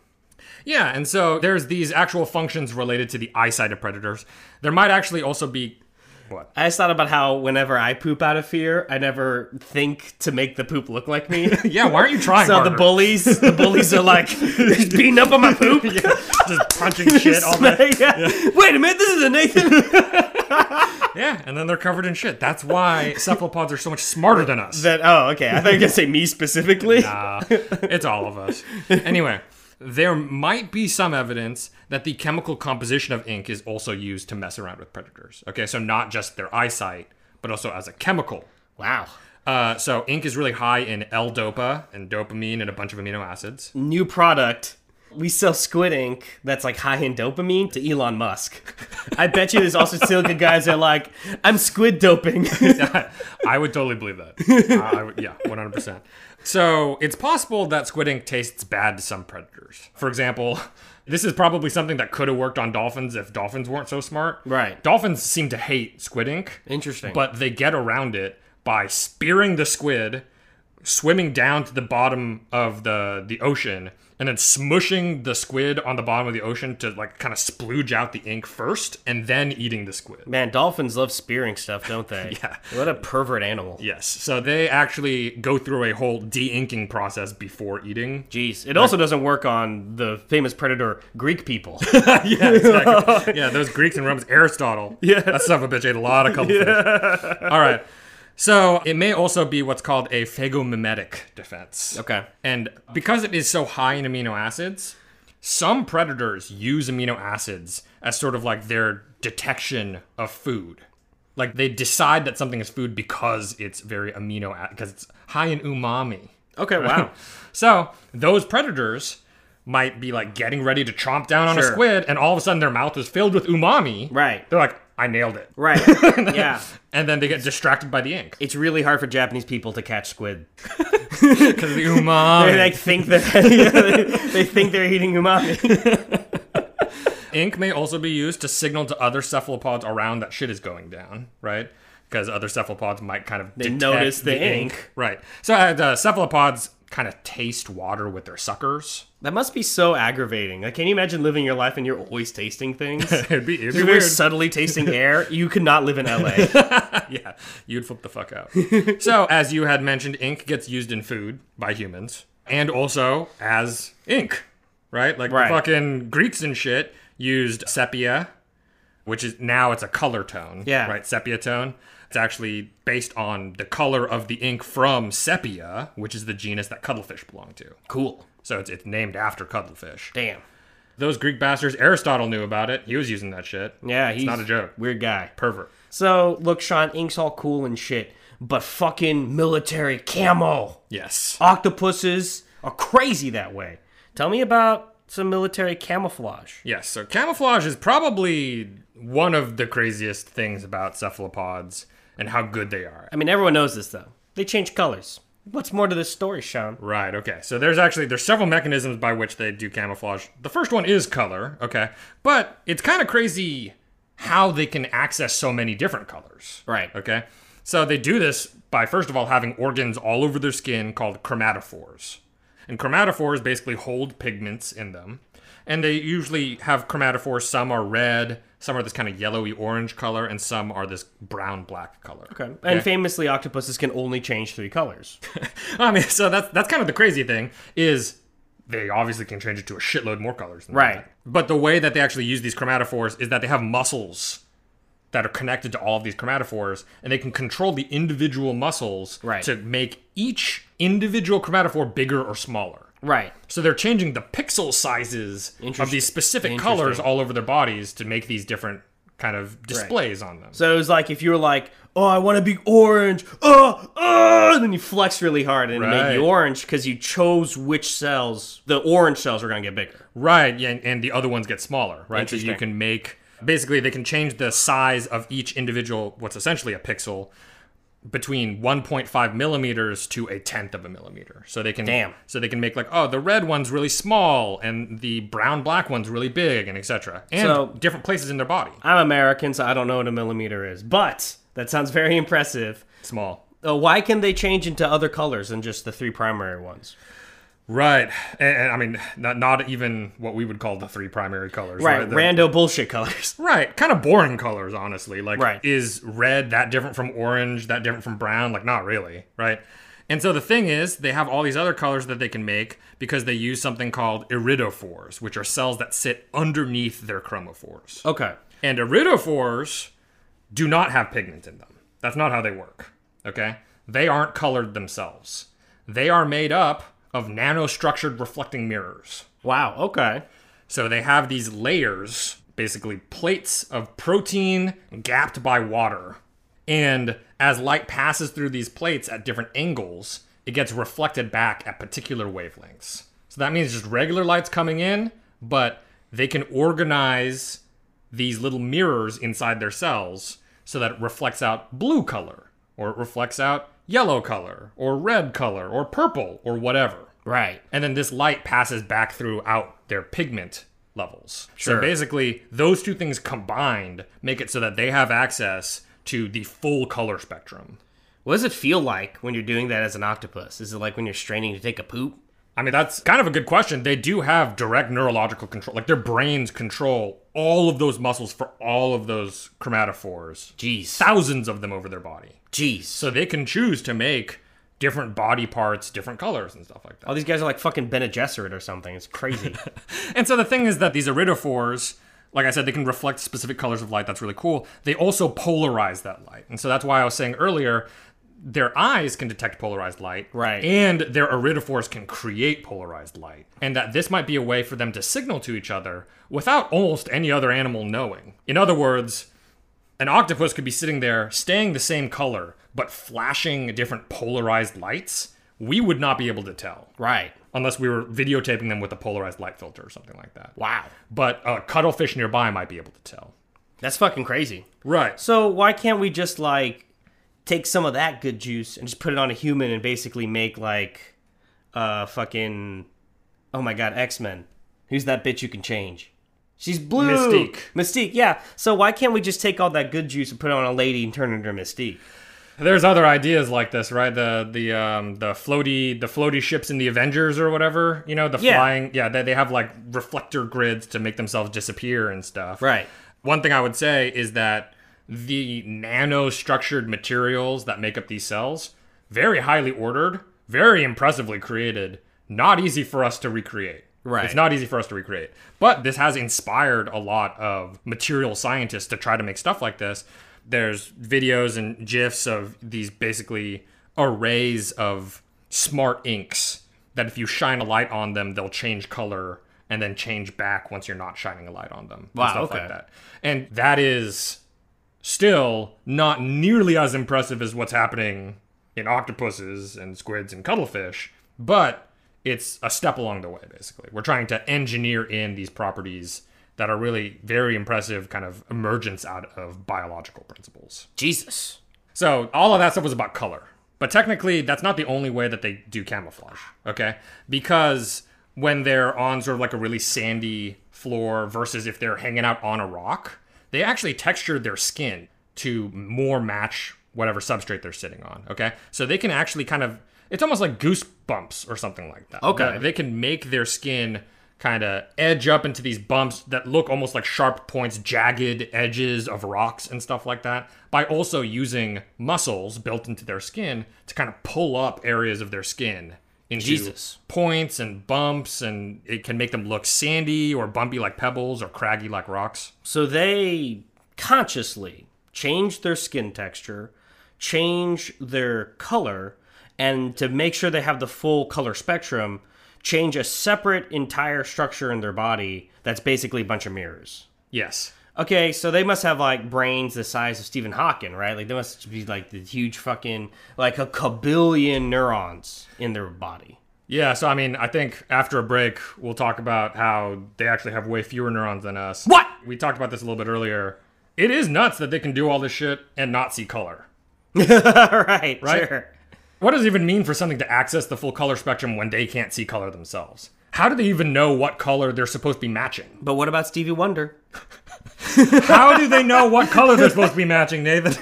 Yeah, and so there's these actual functions related to the eyesight of predators. There might actually also be
I just thought about how whenever I poop out of fear, I never think to make the poop look like me.
yeah. Why aren't you trying?
so the
harder?
bullies, the bullies are like beating up on my poop.
just punching shit all day.
Yeah. Wait a minute, this is a Nathan.
Yeah, and then they're covered in shit. That's why cephalopods are so much smarter than us.
that oh okay, I thought you were gonna say me specifically.
Uh, it's all of us. Anyway, there might be some evidence that the chemical composition of ink is also used to mess around with predators. Okay, so not just their eyesight, but also as a chemical
Wow,
Uh, so ink is really high in L-dopa and dopamine and a bunch of amino acids.
new product. We sell squid ink that's like high in dopamine to Elon Musk. I bet you there's also silica guys that are like, I'm squid doping.
I would totally believe that. I would- yeah, 100%. So it's possible that squid ink tastes bad to some predators. For example, this is probably something that could have worked on dolphins if dolphins weren't so smart.
Right.
Dolphins seem to hate squid ink.
Interesting.
But they get around it by spearing the squid, swimming down to the bottom of the the ocean, and then smushing the squid on the bottom of the ocean to like kind of splooge out the ink first and then eating the squid.
Man, dolphins love spearing stuff, don't they?
Yeah.
What a pervert animal.
Yes. So they actually go through a whole de-inking process before eating.
Jeez. It also doesn't work on the famous predator Greek people.
yeah, exactly. yeah, those Greeks and Romans, Aristotle. Yeah. That son of a bitch ate a lot of cuttlefish. All right. So it may also be what's called a phagomimetic defense.
Okay.
And because it is so high in amino acids, some predators use amino acids as sort of like their detection of food. Like they decide that something is food because it's very amino acid, because it's high in umami.
okay, wow.
So those predators might be like getting ready to chomp down on
Sure.
a squid, and all of a sudden their mouth is filled with umami.
Right.
They're like, I nailed it.
Right. Yeah.
And then they get distracted by the ink
It's really hard for Japanese people to catch squid.
because of the umami.
They like think that they think they're eating umami.
Ink may also be used to signal to other cephalopods around that shit is going down, right? Because other cephalopods might kind of they
notice the ink.
right? So uh, the cephalopods kind of taste water with their suckers.
That must be so aggravating. Like, can you imagine living your life and you're always tasting things?
it'd be, it'd be
You're
weird.
very subtly tasting air. You could not live in LA.
yeah, you'd flip the fuck out. so as you had mentioned, ink gets used in food by humans and also as ink, right? Like
Right.
the fucking Greeks and shit used sepia, which is now it's a color tone.
Yeah.
right, sepia tone. It's actually based on the color of the ink from sepia, which is the genus that cuttlefish belong to.
cool.
So it's, it's named after cuttlefish.
Damn.
Those Greek bastards, Aristotle knew about it. He was using that shit.
Yeah,
It's
he's
not a joke.
Weird guy.
Pervert.
So look, Sean, ink's all cool and shit, but fucking military camo.
Yes.
Octopuses are crazy that way. Tell me about some military camouflage.
Yes, so camouflage is probably one of the craziest things about cephalopods and how good they are.
I mean, everyone knows this though. They change colors. What's more to this story, Sean?
Right, okay. So there's actually there's several mechanisms by which they do camouflage. The first one is color, okay? But it's kind of crazy how they can access so many different colors.
Right.
Okay? So they do this by first of all having organs all over their skin called chromatophores. And chromatophores basically hold pigments in them. And they usually have chromatophores. Some are red, some are this kind of yellowy orange color, and some are this brown black color.
Okay. And famously, octopuses can only change three colors.
I mean, so that's that's kind of the crazy thing is they obviously can change it to a shitload more colors. Than
Right.
that. But the way that they actually use these chromatophores is that they have muscles that are connected to all of these chromatophores, and they can control the individual muscles
Right.
to make each individual chromatophore bigger or smaller.
Right.
So they're changing the pixel sizes of
Interesting.
these specific
Interesting.
colors all over their bodies to make these different kind of displays on them.
So it was like if you were like, oh, I want to be orange, oh, oh, then you flex really hard and it made
Right.
you orange because you chose which cells, the orange cells are going to get bigger.
Right, yeah, and, and the other ones get smaller, right? So you
Interesting.
can make basically they can change the size of each individual what's essentially a pixel between 1.5 millimeters to a tenth of a millimeter. So they can
Damn.
so they can make like oh the red one's really small and the brown black one's really big and etc. And
So-
different places in their body.
I'm American, so I don't know what a millimeter is, but that sounds very impressive.
Small.
Uh, why can they change into other colors than just the three primary ones?
Right. And, and I mean not not even what we would call the three primary colors,
Right,
The-
rando bullshit colors.
Right, kind of boring colors, honestly. Like,
Right.
is red that different from orange? That different from brown? Like, not really, right? And so the thing is, they have all these other colors that they can make because they use something called iridophores, which are cells that sit underneath their chromophores.
Okay.
And iridophores do not have pigment in them. That's not how they work. Okay? They aren't colored themselves. They are made up of nanostructured reflecting mirrors.
Wow, okay.
So they have these layers, basically plates of protein gapped by water. And as light passes through these plates at different angles, it gets reflected back at particular wavelengths. So that means just regular light's coming in, but they can organize these little mirrors inside their cells so that it reflects out blue color, or it reflects out yellow color, or red color, or purple, or whatever.
Right.
And then this light passes back throughout their pigment levels.
Sure.
So basically, those two things combined make it so that they have access to the full color spectrum.
What does it feel like when you're doing that as an octopus? Is it like when you're straining to take a poop?
I mean, that's kind of a good question. They do have direct neurological control. Like their brains control all of those muscles for all of those chromatophores,
Jeez.
thousands of them over their body.
Jeez.
So they can choose to make different body parts, different colors, and stuff like that.
all these guys are like fucking Bene Gesserit or something. It's crazy.
And so the thing is that these iridophores, like I said, they can reflect specific colors of light. That's really cool. They also polarize that light. And so that's why I was saying earlier, their eyes can detect polarized light.
Right.
And their iridophores can create polarized light. And that this might be a way for them to signal to each other without almost any other animal knowing. In other words, an octopus could be sitting there staying the same color but flashing different polarized lights. We would not be able to tell
right.
unless we were videotaping them with a polarized light filter or something like that.
Wow.
But a cuttlefish nearby might be able to tell.
That's fucking crazy.
Right.
So why can't we just like take some of that good juice and just put it on a human and basically make like uh fucking oh my god, X-Men. Who's that bitch you can change? She's blue.
Mystique.
Mystique, yeah. So why can't we just take all that good juice and put it on a lady and turn her into a Mystique?
There's other ideas like this, right? The the um the floaty the floaty ships in the Avengers or whatever, you know, the
Yeah.
flying yeah, they, they have like reflector grids to make themselves disappear and stuff.
Right.
One thing I would say is that the nano structured materials that make up these cells, very highly ordered, very impressively created, not easy for us to recreate.
Right.
It's not easy for us to recreate. But this has inspired a lot of material scientists to try to make stuff like this. There's videos and GIFs of these basically arrays of smart inks that if you shine a light on them, they'll change color and then change back once you're not shining a light on them. and
Wow,
stuff like
okay.
that. And that is still not nearly as impressive as what's happening in octopuses and squids and cuttlefish, but it's a step along the way, basically. We're trying to engineer in these properties that are really very impressive, kind of emergence out of biological principles.
Jesus.
So all of that stuff was about color. But technically, that's not the only way that they do camouflage, okay? Because when they're on sort of like a really sandy floor versus if they're hanging out on a rock, they actually texture their skin to more match whatever substrate they're sitting on, okay? So they can actually kind of, it's almost like goosebumps or something like that.
Okay.
They can make their skin kind of edge up into these bumps that look almost like sharp points, jagged edges of rocks and stuff like that, by also using muscles built into their skin to kind of pull up areas of their skin into
Jesus.
points and bumps, and it can make them look sandy or bumpy like pebbles or craggy like rocks.
So they consciously change their skin texture, change their color, and to make sure they have the full color spectrum, change a separate entire structure in their body that's basically a bunch of mirrors.
Yes.
Okay, so they must have like brains the size of Stephen Hawking, right? Like they must be like the huge fucking like a kabillion neurons in their body.
Yeah, so I mean, I think after a break, we'll talk about how they actually have way fewer neurons than us.
What?
We talked about this a little bit earlier. It is nuts that they can do all this shit and not see color.
All right,
Right?
sure.
What does it even mean for something to access the full color spectrum when they can't see color themselves? How do they even know what color they're supposed to be matching?
But what about Stevie Wonder?
How do they know what color they're supposed to be matching, Nathan?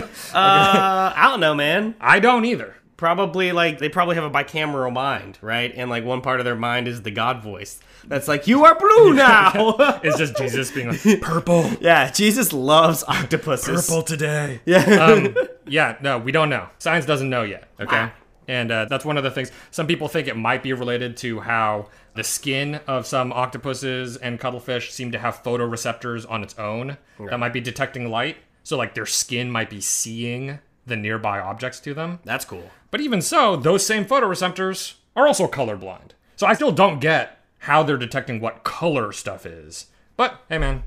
Uh, I don't know, man.
I don't either.
probably like they probably have a bicameral mind, right? And like one part of their mind is the God voice that's like, "You are blue now."
It's just Jesus being like, purple,
yeah, Jesus loves octopuses.
purple today.
Yeah.
um, yeah, no, we don't know. Science doesn't know yet. Okay. And uh, that's one of the things. Some people think it might be related to how the skin of some octopuses and cuttlefish seem to have photoreceptors on its own that might be detecting light. So, like, their skin might be seeing the nearby objects to them.
That's cool.
But even so, those same photoreceptors are also colorblind. So, I still don't get how they're detecting what color stuff is. But hey, man,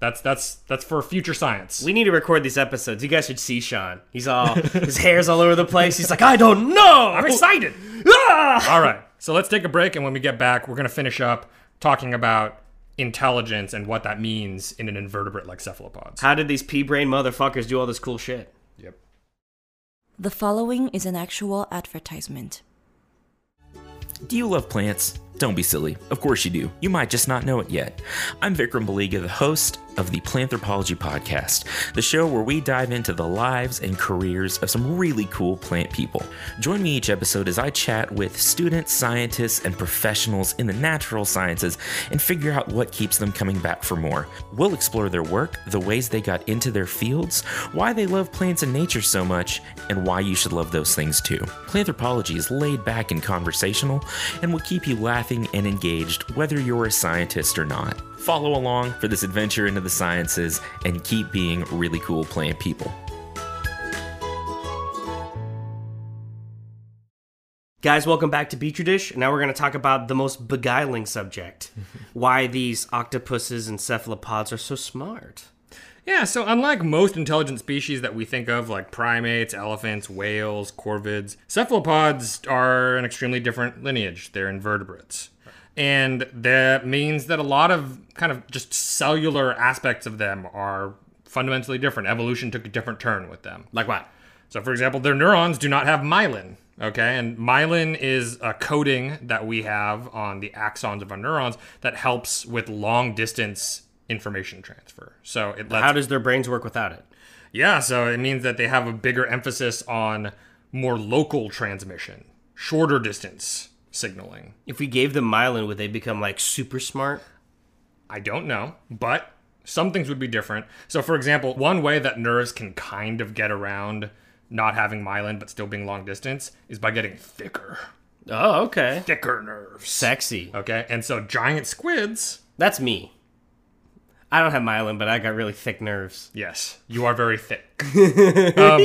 that's that's that's for future science.
We need to record these episodes. You guys should see Sean. He's all his hair's all over the place. He's like, "I don't know."
I'm excited.
Ah!
All right. So let's take a break. And when we get back, we're going to finish up talking about intelligence and what that means in an invertebrate like cephalopods.
How did these pea brain motherfuckers do all this cool shit?
Yep.
The following is an actual advertisement.
Do you love plants? Don't be silly. Of course you do. You might just not know it yet. I'm Vikram Baliga, the host of the Planthropology Podcast, the show where we dive into the lives and careers of some really cool plant people. Join me each episode as I chat with students, scientists, and professionals in the natural sciences and figure out what keeps them coming back for more. We'll explore their work, the ways they got into their fields, why they love plants and nature so much, and why you should love those things too. Planthropology is laid back and conversational and will keep you laughing and engaged whether you're a scientist or not. Follow along for this adventure into the sciences and keep being really cool plant people.
Guys, welcome back to Beach Your Dish. Now we're going to talk about the most beguiling subject why these octopuses and cephalopods are so smart.
Yeah, so unlike most intelligent species that we think of, like primates, elephants, whales, corvids, cephalopods are an extremely different lineage. They're invertebrates. And that means that a lot of kind of just cellular aspects of them are fundamentally different. Evolution took a different turn with them. Like what? So, for example, their neurons do not have myelin. Okay, and myelin is a coating that we have on the axons of our neurons that helps with long distance information transfer. So it lets
How does their brains work without it?
yeah, so it means that they have a bigger emphasis on more local transmission, shorter distance signaling.
If we gave them myelin, would they become like super smart?
I don't know, but some things would be different. So, for example, one way that nerves can kind of get around not having myelin but still being long distance is by getting thicker,
Oh, okay.
thicker nerves.
Sexy.
Okay, and so giant squids,
That's me. I don't have myelin, but I got really thick nerves.
yes, you are very thick. Um,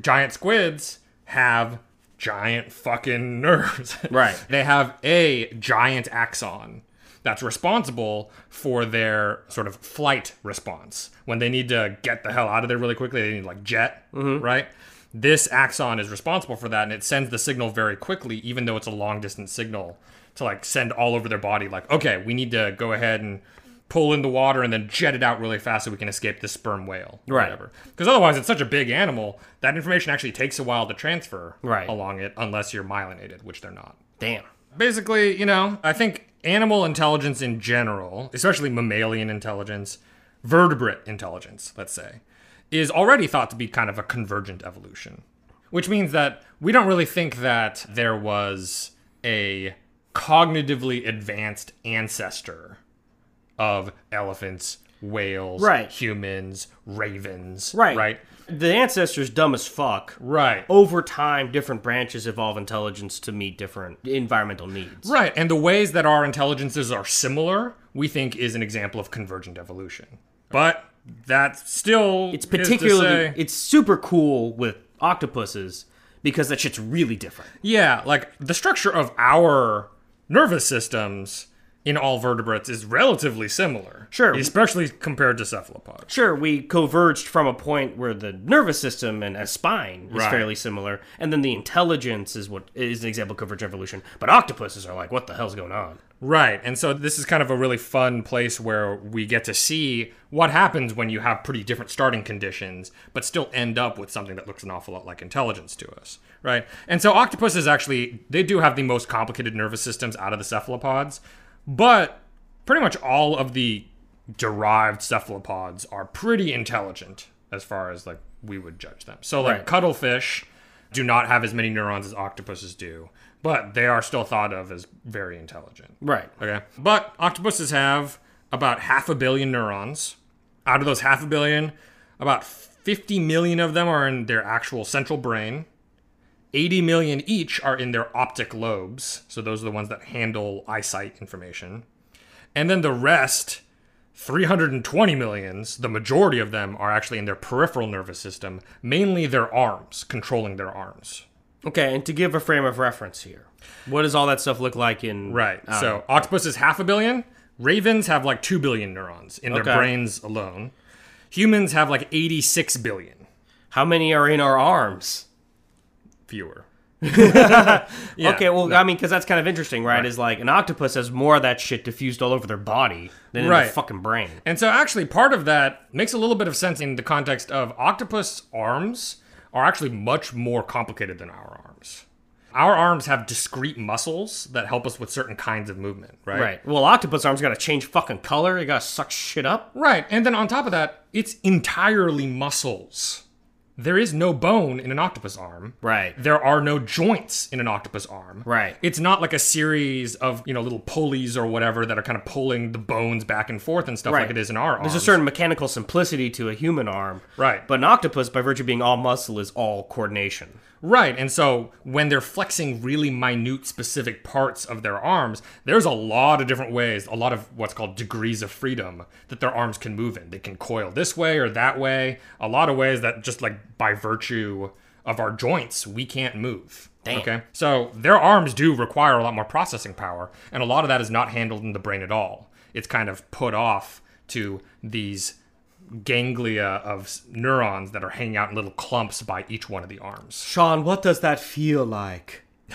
giant squids have giant fucking nerves.
Right.
they have a giant axon that's responsible for their sort of flight response. When they need to get the hell out of there really quickly, they need like jet, right? This axon is responsible for that and it sends the signal very quickly, even though it's a long distance signal to like send all over their body, like, okay, we need to go ahead and pull in the water and then jet it out really fast so we can escape this sperm whale or
Right.
whatever. Because otherwise, it's such a big animal that information actually takes a while to transfer
Right.
along it, unless you're myelinated, which they're not.
Damn.
Basically, you know, I think animal intelligence in general, especially mammalian intelligence, vertebrate intelligence, let's say, is already thought to be kind of a convergent evolution, which means that we don't really think that there was a cognitively advanced ancestor of elephants, whales,
Right.
humans, ravens,
Right. Oh,
right,
The ancestors dumb as fuck.
right.
Over time, different branches evolve intelligence to meet different environmental needs.
Right, and the ways that our intelligences are similar, we think, is an example of convergent evolution. But that's still
It's
is to
particularly
say-
it's super cool with octopuses because that shit's really different.
yeah, like the structure of our nervous systems in all vertebrates is relatively similar.
Sure.
especially compared to cephalopods.
Sure, we converged from a point where the nervous system and a spine is
Right.
fairly similar, and then the intelligence is what is an example of convergent evolution. But octopuses are like, what the hell's going on?
Right, and so this is kind of a really fun place where we get to see what happens when you have pretty different starting conditions, but still end up with something that looks an awful lot like intelligence to us, right? And so octopuses actually, they do have the most complicated nervous systems out of the cephalopods, but pretty much all of the derived cephalopods are pretty intelligent as far as like we would judge them. So like
Right.
cuttlefish do not have as many neurons as octopuses do, but they are still thought of as very intelligent.
Right.
Okay. But octopuses have about half a billion neurons. Out of those half a billion, about 50 million of them are in their actual central brain. 80 million each are in their optic lobes. So those are the ones that handle eyesight information. And then the rest, 320 millions, the majority of them are actually in their peripheral nervous system, mainly their arms, controlling their arms.
Okay, and to give a frame of reference here, what does all that stuff look like in
Right.
uh,
so octopuses half a billion. Ravens have like two billion neurons in their
Okay.
brains alone. Humans have like eighty-six billion
how many are in our arms?
fewer.
okay, well, I mean, because that's kind of interesting, right? Is like an octopus has more of that shit diffused all over their body than in
Right.
their fucking brain.
And so actually part of that makes a little bit of sense in the context of octopus arms are actually much more complicated than our arms. Our arms have discrete muscles that help us with certain kinds of movement, right?
Right. Well, octopus arms got to change fucking color. They got to suck shit up.
Right. And then on top of that, it's entirely muscles. There is no bone in an octopus arm.
Right.
There are no joints in an octopus arm.
Right.
It's not like a series of, you know, little pulleys or whatever that are kind of pulling the bones back and forth and stuff like it is in our arms.
There's a certain mechanical simplicity to a human arm.
Right.
But an octopus, by virtue of being all muscle, is all coordination.
Right. And so when they're flexing really minute specific parts of their arms, there's a lot of different ways, a lot of what's called degrees of freedom that their arms can move in. They can coil this way or that way, a lot of ways that just like by virtue of our joints, we can't move.
Damn.
Okay. So their arms do require a lot more processing power, and a lot of that is not handled in the brain at all. It's kind of put off to these ganglia of s- neurons that are hanging out in little clumps by each one of the arms.
Sean, what does that feel like?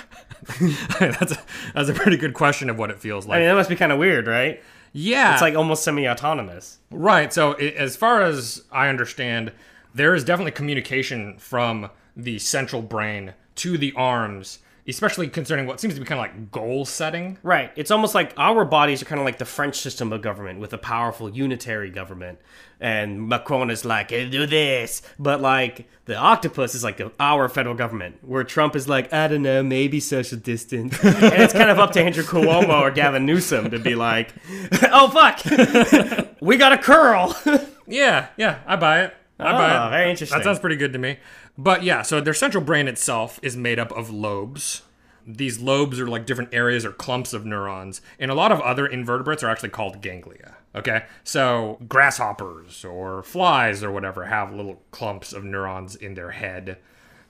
that's a, that's a pretty good question of what it feels
I
like.
mean, that must be kind of weird, right?
yeah,
It's like almost semi-autonomous.
right. So i as far as I understand, there is definitely communication from the central brain to the arms, especially concerning what seems to be kind of like goal setting.
Right. It's almost like our bodies are kind of like the French system of government with a powerful unitary government. And Macron is like, "Eh, do this. But like the octopus is like the- our federal government, where Trump is like, I don't know, maybe social distance. and it's kind of up to Andrew Cuomo or Gavin Newsom to be like, oh, fuck, we got a curl.
Yeah, yeah, I buy it. I
Oh,
buy it.
very interesting.
That sounds pretty good to me. But yeah, so their central brain itself is made up of lobes. These lobes are like different areas or clumps of neurons, and a lot of other invertebrates are actually called ganglia. Okay, so grasshoppers or flies or whatever have little clumps of neurons in their head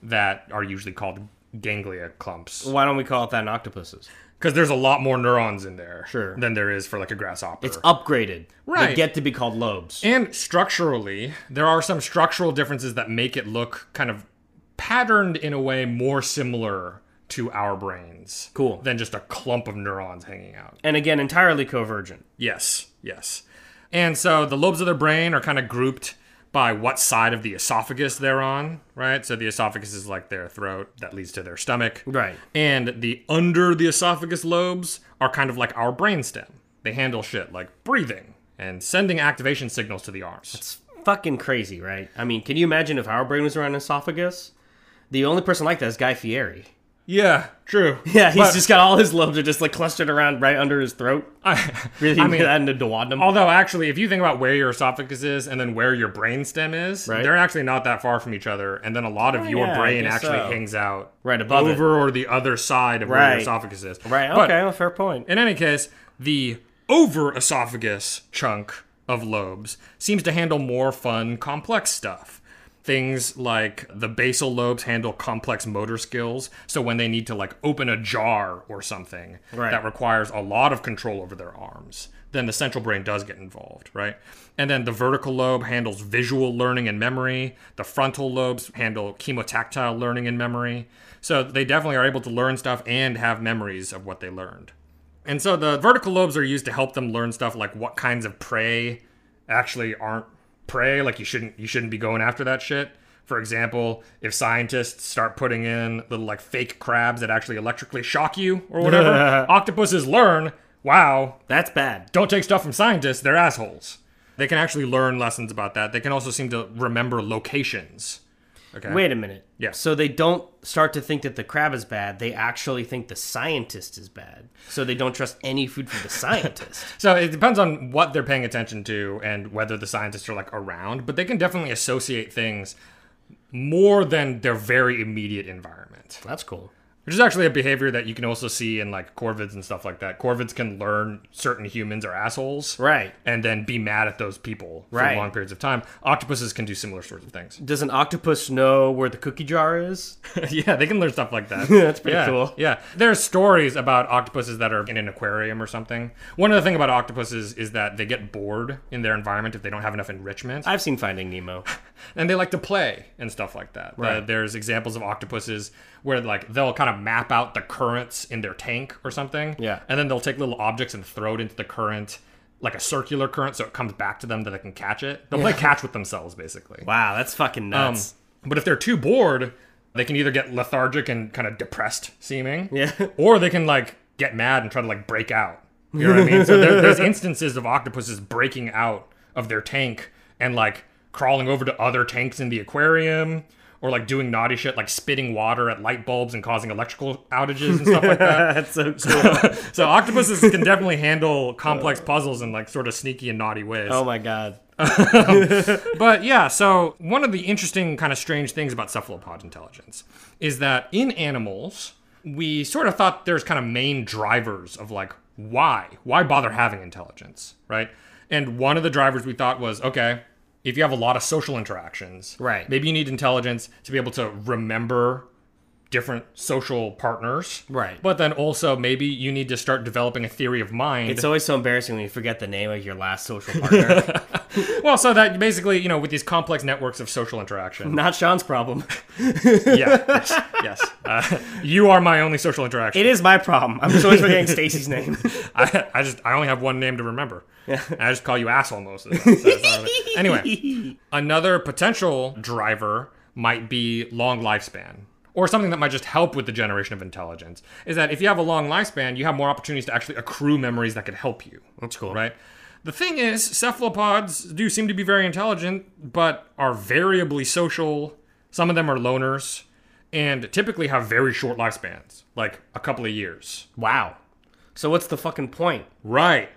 that are usually called ganglia clumps
Why don't we call it that in octopuses?
because there's a lot more neurons in there
Sure.
than there is for like a grasshopper.
It's upgraded. They
Right.
get to be called lobes.
And structurally, there are some structural differences that make it look kind of patterned in a way more similar to our brains.
Cool.
Than just a clump of neurons hanging out.
And again, entirely convergent.
Yes, yes. And so the lobes of their brain are kind of grouped by what side of the esophagus they're on, right? So the esophagus is like their throat that leads to their stomach.
Right.
And the under the esophagus lobes are kind of like our brainstem. They handle shit like breathing and sending activation signals to the arms.
It's fucking crazy, right? I mean, can you imagine if our brain was around an esophagus? The only person like that is Guy Fieri.
Yeah, true.
Yeah, he's
But
just got all his lobes are just like clustered around right under his throat.
I,
Really,
I mean,
that into duodenum.
although actually, if you think about where your esophagus is and then where your brainstem is,
Right. Oh,
they're actually not that far from each other. And then a lot of your
yeah, I
brain
guess
actually
so.
hangs out
Right above it.
over or the other side of where your
Right.
esophagus is.
right? Okay,
But
well, fair point.
in any case, the over esophagus chunk of lobes seems to handle more fun, complex stuff. Things like the basal lobes handle complex motor skills, so when they need to like open a jar or something
Right.
that requires a lot of control over their arms, then the central brain does get involved, right? And then the vertical lobe handles visual learning and memory. The frontal lobes handle chemotactile learning and memory. So they definitely are able to learn stuff and have memories of what they learned. And so the vertical lobes are used to help them learn stuff like what kinds of prey actually aren't prey. Like you shouldn't you shouldn't be going after that shit. For example, if scientists start putting in little like fake crabs that actually electrically shock you or whatever, octopuses learn, wow,
That's bad.
don't take stuff from scientists, they're assholes. They can actually learn lessons about that. They can also seem to remember locations. Okay.
Wait a minute.
Yeah.
So they don't start to think that the crab is bad. They actually think the scientist is bad. So they don't trust any food from the scientist.
So it depends on what they're paying attention to and whether the scientists are like around, but they can definitely associate things more than their very immediate environment.
That's cool.
Which is actually a behavior that you can also see in like corvids and stuff like that. Corvids can learn certain humans are assholes.
Right.
And then be mad at those people for
Right.
long periods of time. Octopuses can do similar sorts of things.
Does an octopus know where the cookie jar is?
yeah, they can learn stuff like that.
That's pretty
Yeah,
cool.
Yeah. There's stories about octopuses that are in an aquarium or something. One other thing about octopuses is that they get bored in their environment if they don't have enough enrichment.
I've seen Finding Nemo.
and they like to play and stuff like that. Uh, there's examples of octopuses where like they'll kind of map out the currents in their tank or something.
Yeah.
And then they'll take little objects and throw it into the current, like a circular current, so it comes back to them that they can catch it. They'll play catch with themselves basically.
Wow, that's fucking
Um,
nuts.
but if they're too bored, They can either get lethargic and kind of depressed seeming, yeah, or they can like get mad and try to like break out. You know what I mean? So there, there's instances of octopuses breaking out of their tank and like crawling over to other tanks in the aquarium. Or like doing naughty shit, like spitting water at light bulbs and causing electrical outages and stuff like that.
That's so cool.
So octopuses can definitely handle complex puzzles in like sort of sneaky and naughty ways.
oh my god.
But yeah, so one of the interesting kind of strange things about cephalopod intelligence is that in animals, we sort of thought there's kind of main drivers of like why? Why bother having intelligence, right? And one of the drivers we thought was okay, if you have a lot of social interactions,
Right.
Maybe you need intelligence to be able to remember different social partners.
Right.
But then also maybe you need to start developing a theory of mind
It's always so embarrassing when you forget the name of your last social partner.
Well, so that basically, you know, with these complex networks of social interaction.
Not Sean's problem.
yeah. Yes. yes. Uh, you are my only social interaction.
It is my problem. I'm just always forgetting Stacy's name.
I, I just I only have one name to remember. Yeah. I just call you asshole most of the time. so it's not really- anyway, another potential driver might be long lifespan. Or something that might just help with the generation of intelligence is that if you have a long lifespan, you have more opportunities to actually accrue memories that could help you. That's cool. Right? The thing is, cephalopods do seem to be very intelligent, but are variably social. Some of them are loners, and typically have very short lifespans, like a couple of years.
Wow. So what's the fucking point?
Right.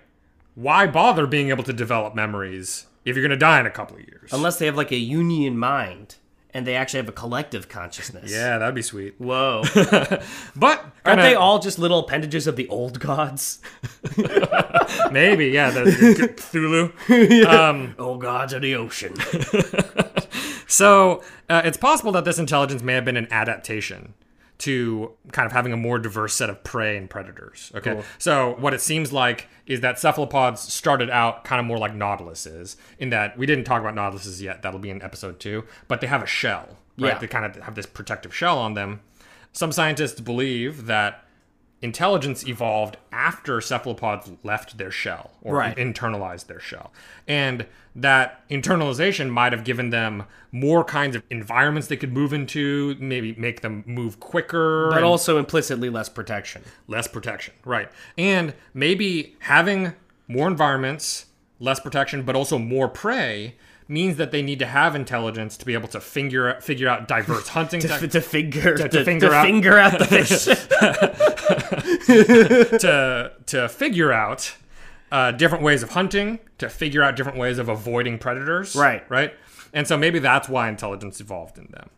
Why bother being able to develop memories if you're going to die in a couple of years?
Unless they have like a union mind and they actually have a collective consciousness.
yeah, that'd be sweet.
Whoa.
But
Aren't
kinda-
they all just little appendages of the old gods?
Maybe, yeah. The, the Cthulhu.
Old gods of the ocean.
So uh, it's possible that this intelligence may have been an adaptation to kind of having a more diverse set of prey and predators. Okay. So what it seems like is that cephalopods started out kind of more like nautiluses, in that we didn't talk about nautiluses yet. That'll be in episode two, but they have a shell, right?
Yeah.
They kind of have this protective shell on them. Some scientists believe that intelligence evolved after cephalopods left their shell or
Right.
internalized their shell. And that internalization might have given them more kinds of environments they could move into, maybe make them move quicker.
But
and
also implicitly less protection.
less protection. Right. And maybe having more environments, less protection, but also more prey means that they need to have intelligence to be able to figure figure out diverse hunting
To,
tech-
to figure to, to
finger
finger,
out-
out. the fish.
to to figure out uh, different ways of hunting, to figure out different ways of avoiding predators.
Right.
Right. And so maybe that's why intelligence evolved in them.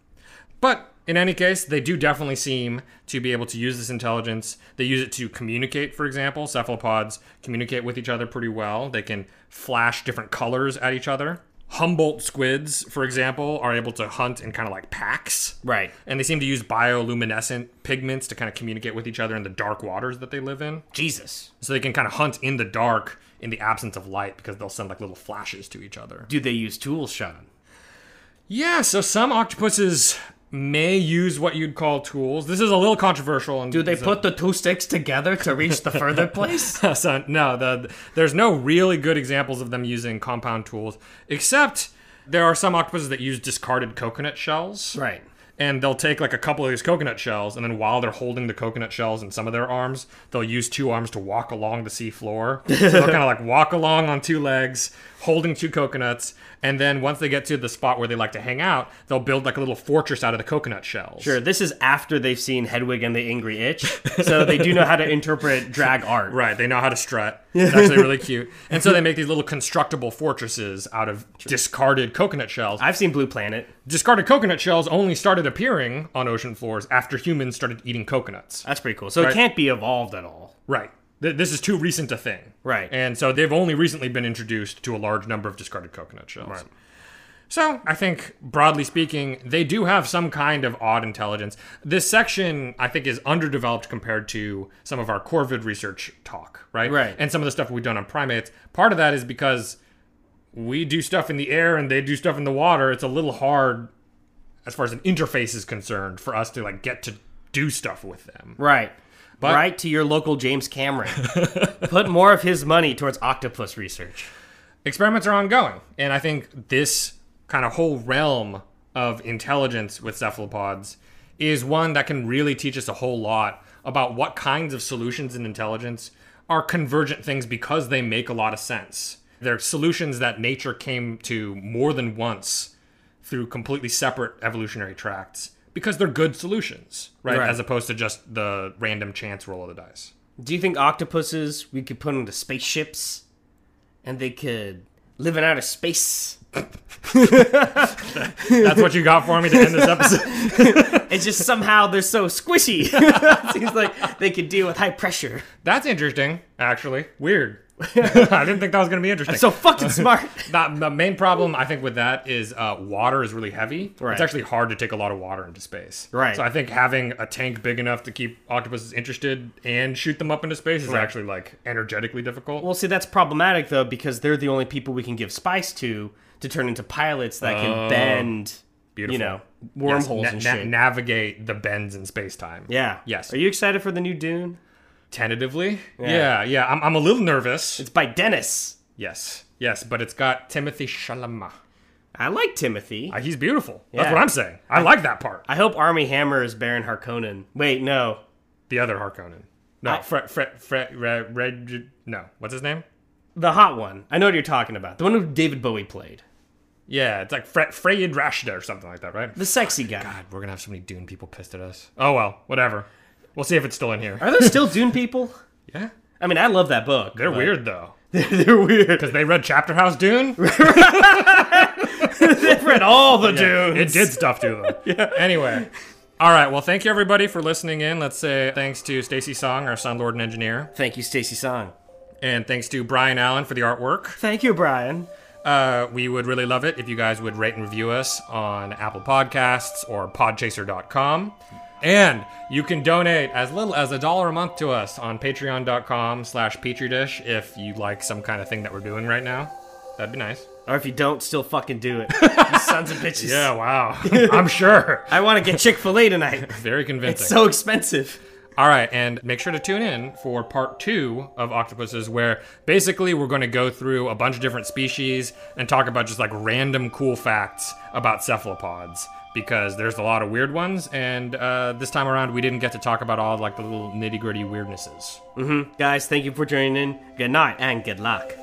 But in any case, they do definitely seem to be able to use this intelligence. They use it to communicate, for example. Cephalopods communicate with each other pretty well. They can flash different colors at each other. Humboldt squids, for example, are able to hunt in kind of like packs.
Right.
And they seem to use bioluminescent pigments to kind of communicate with each other in the dark waters that they live in
Jesus.
so they can kind of hunt in the dark in the absence of light because they'll send like little flashes to each other.
Do they use tools, Sean?
Yeah, so some octopuses may use what you'd call tools. This is a little controversial. And
Do they put the two sticks together to reach the further place?
so, no, the, there's no really good examples of them using compound tools, except there are some octopuses that use discarded coconut shells.
Right.
And they'll take like a couple of these coconut shells, and then while they're holding the coconut shells in some of their arms, they'll use two arms to walk along the sea floor. so they'll kind of like walk along on two legs, holding two coconuts. And then once they get to the spot where they like to hang out, they'll build like a little fortress out of the coconut shells.
Sure, this is after they've seen Hedwig and the Angry Itch, so they do know how to interpret drag art.
Right, they know how to strut. It's actually really cute. And so they make these little constructible fortresses out of discarded coconut shells.
I've seen Blue Planet.
Discarded coconut shells only started appearing on ocean floors after humans started eating coconuts.
That's pretty cool. So
Right.
it can't be evolved at all.
Right. Th- This is too recent a thing.
Right.
And so they've only recently been introduced to a large number of discarded coconut shells. Right. So I think, broadly speaking, they do have some kind of odd intelligence. This section, I think, is underdeveloped compared to some of our Corvid research talk, right?
Right.
And some of the stuff we've done on primates. Part of that is because we do stuff in the air and they do stuff in the water. It's a little hard, as far as an interface is concerned, for us to like get to do stuff with them.
Right. right to your local James Cameron. Put more of his money towards octopus research.
experiments are ongoing. And I think this kind of whole realm of intelligence with cephalopods is one that can really teach us a whole lot about what kinds of solutions in intelligence are convergent things because they make a lot of sense. They're solutions that nature came to more than once through completely separate evolutionary tracts because they're good solutions, right?
Right.
As opposed to just the random chance roll of the dice.
Do you think octopuses we could put into spaceships, and they could live in outer space?
That's what you got for me to end this episode.
It's just somehow they're so squishy. it seems like they could deal with high pressure.
That's interesting, actually. Weird. I didn't think that was going to be interesting.
So fucking smart.
the, the main problem I think with that is uh, water is really heavy.
Right.
It's actually hard to take a lot of water into space.
Right.
So I think having a tank big enough to keep octopuses interested and shoot them up into space is actually like energetically difficult.
Well, see, that's problematic though because they're the only people we can give spice to to turn into pilots that can bend,
Oh, Beautiful.
you know,
Yes,
wormholes
na-
and
na-
shit.
navigate the bends in space time.
yeah.
Yes.
Are you excited for the new Dune?
Tentatively. Yeah. Yeah. I'm, I'm a little nervous.
It's by Dennis.
yes. Yes. But it's got Timothy Chalamet.
I like Timothy.
Uh, He's beautiful.
Yeah.
That's what I'm saying. I like that part.
I hope Army Hammer is Baron Harkonnen. Wait, no.
The other Harkonnen. No, Fred, Fred, Fred, Red, Red, no. What's his name?
The hot one. I know what you're talking about. The one who David Bowie played.
Yeah, it's like Fred, Freyed Rashda or something like that, right?
The sexy guy.
God, we're gonna have so many Dune people pissed at us. Oh well, whatever. We'll see if it's still in here.
Are there still Dune people?
Yeah,
I mean, I love that book.
they're
but-
weird though,
they're weird.
because they read Chapter House Dune.
They've read all the
Yeah,
Dunes.
It did stuff to them. Anyway. All right. Well, thank you everybody for listening in. Let's say thanks to Stacy Song, our sound lord and engineer,
Thank you, Stacy Song.
and thanks to Brian Allen for the artwork.
Thank you, Brian.
Uh, we would really love it if you guys would rate and review us on Apple Podcasts or podchaser.com. And you can donate as little as a dollar a month to us on patreon.com slash petridish if you like some kind of thing that we're doing right now. That'd be nice.
Or if you don't, still fucking do it. you sons of bitches.
Yeah, wow. I'm sure.
I want to get Chick fil A tonight.
Very
It's
convincing.
so expensive.
All right, and make sure to tune in for part two of Octopuses, where basically we're going to go through a bunch of different species and talk about just like random cool facts about cephalopods because there's a lot of weird ones. And uh, this time around, we didn't get to talk about all like the little nitty gritty weirdnesses.
Guys, thank you for joining in. Good night and good luck.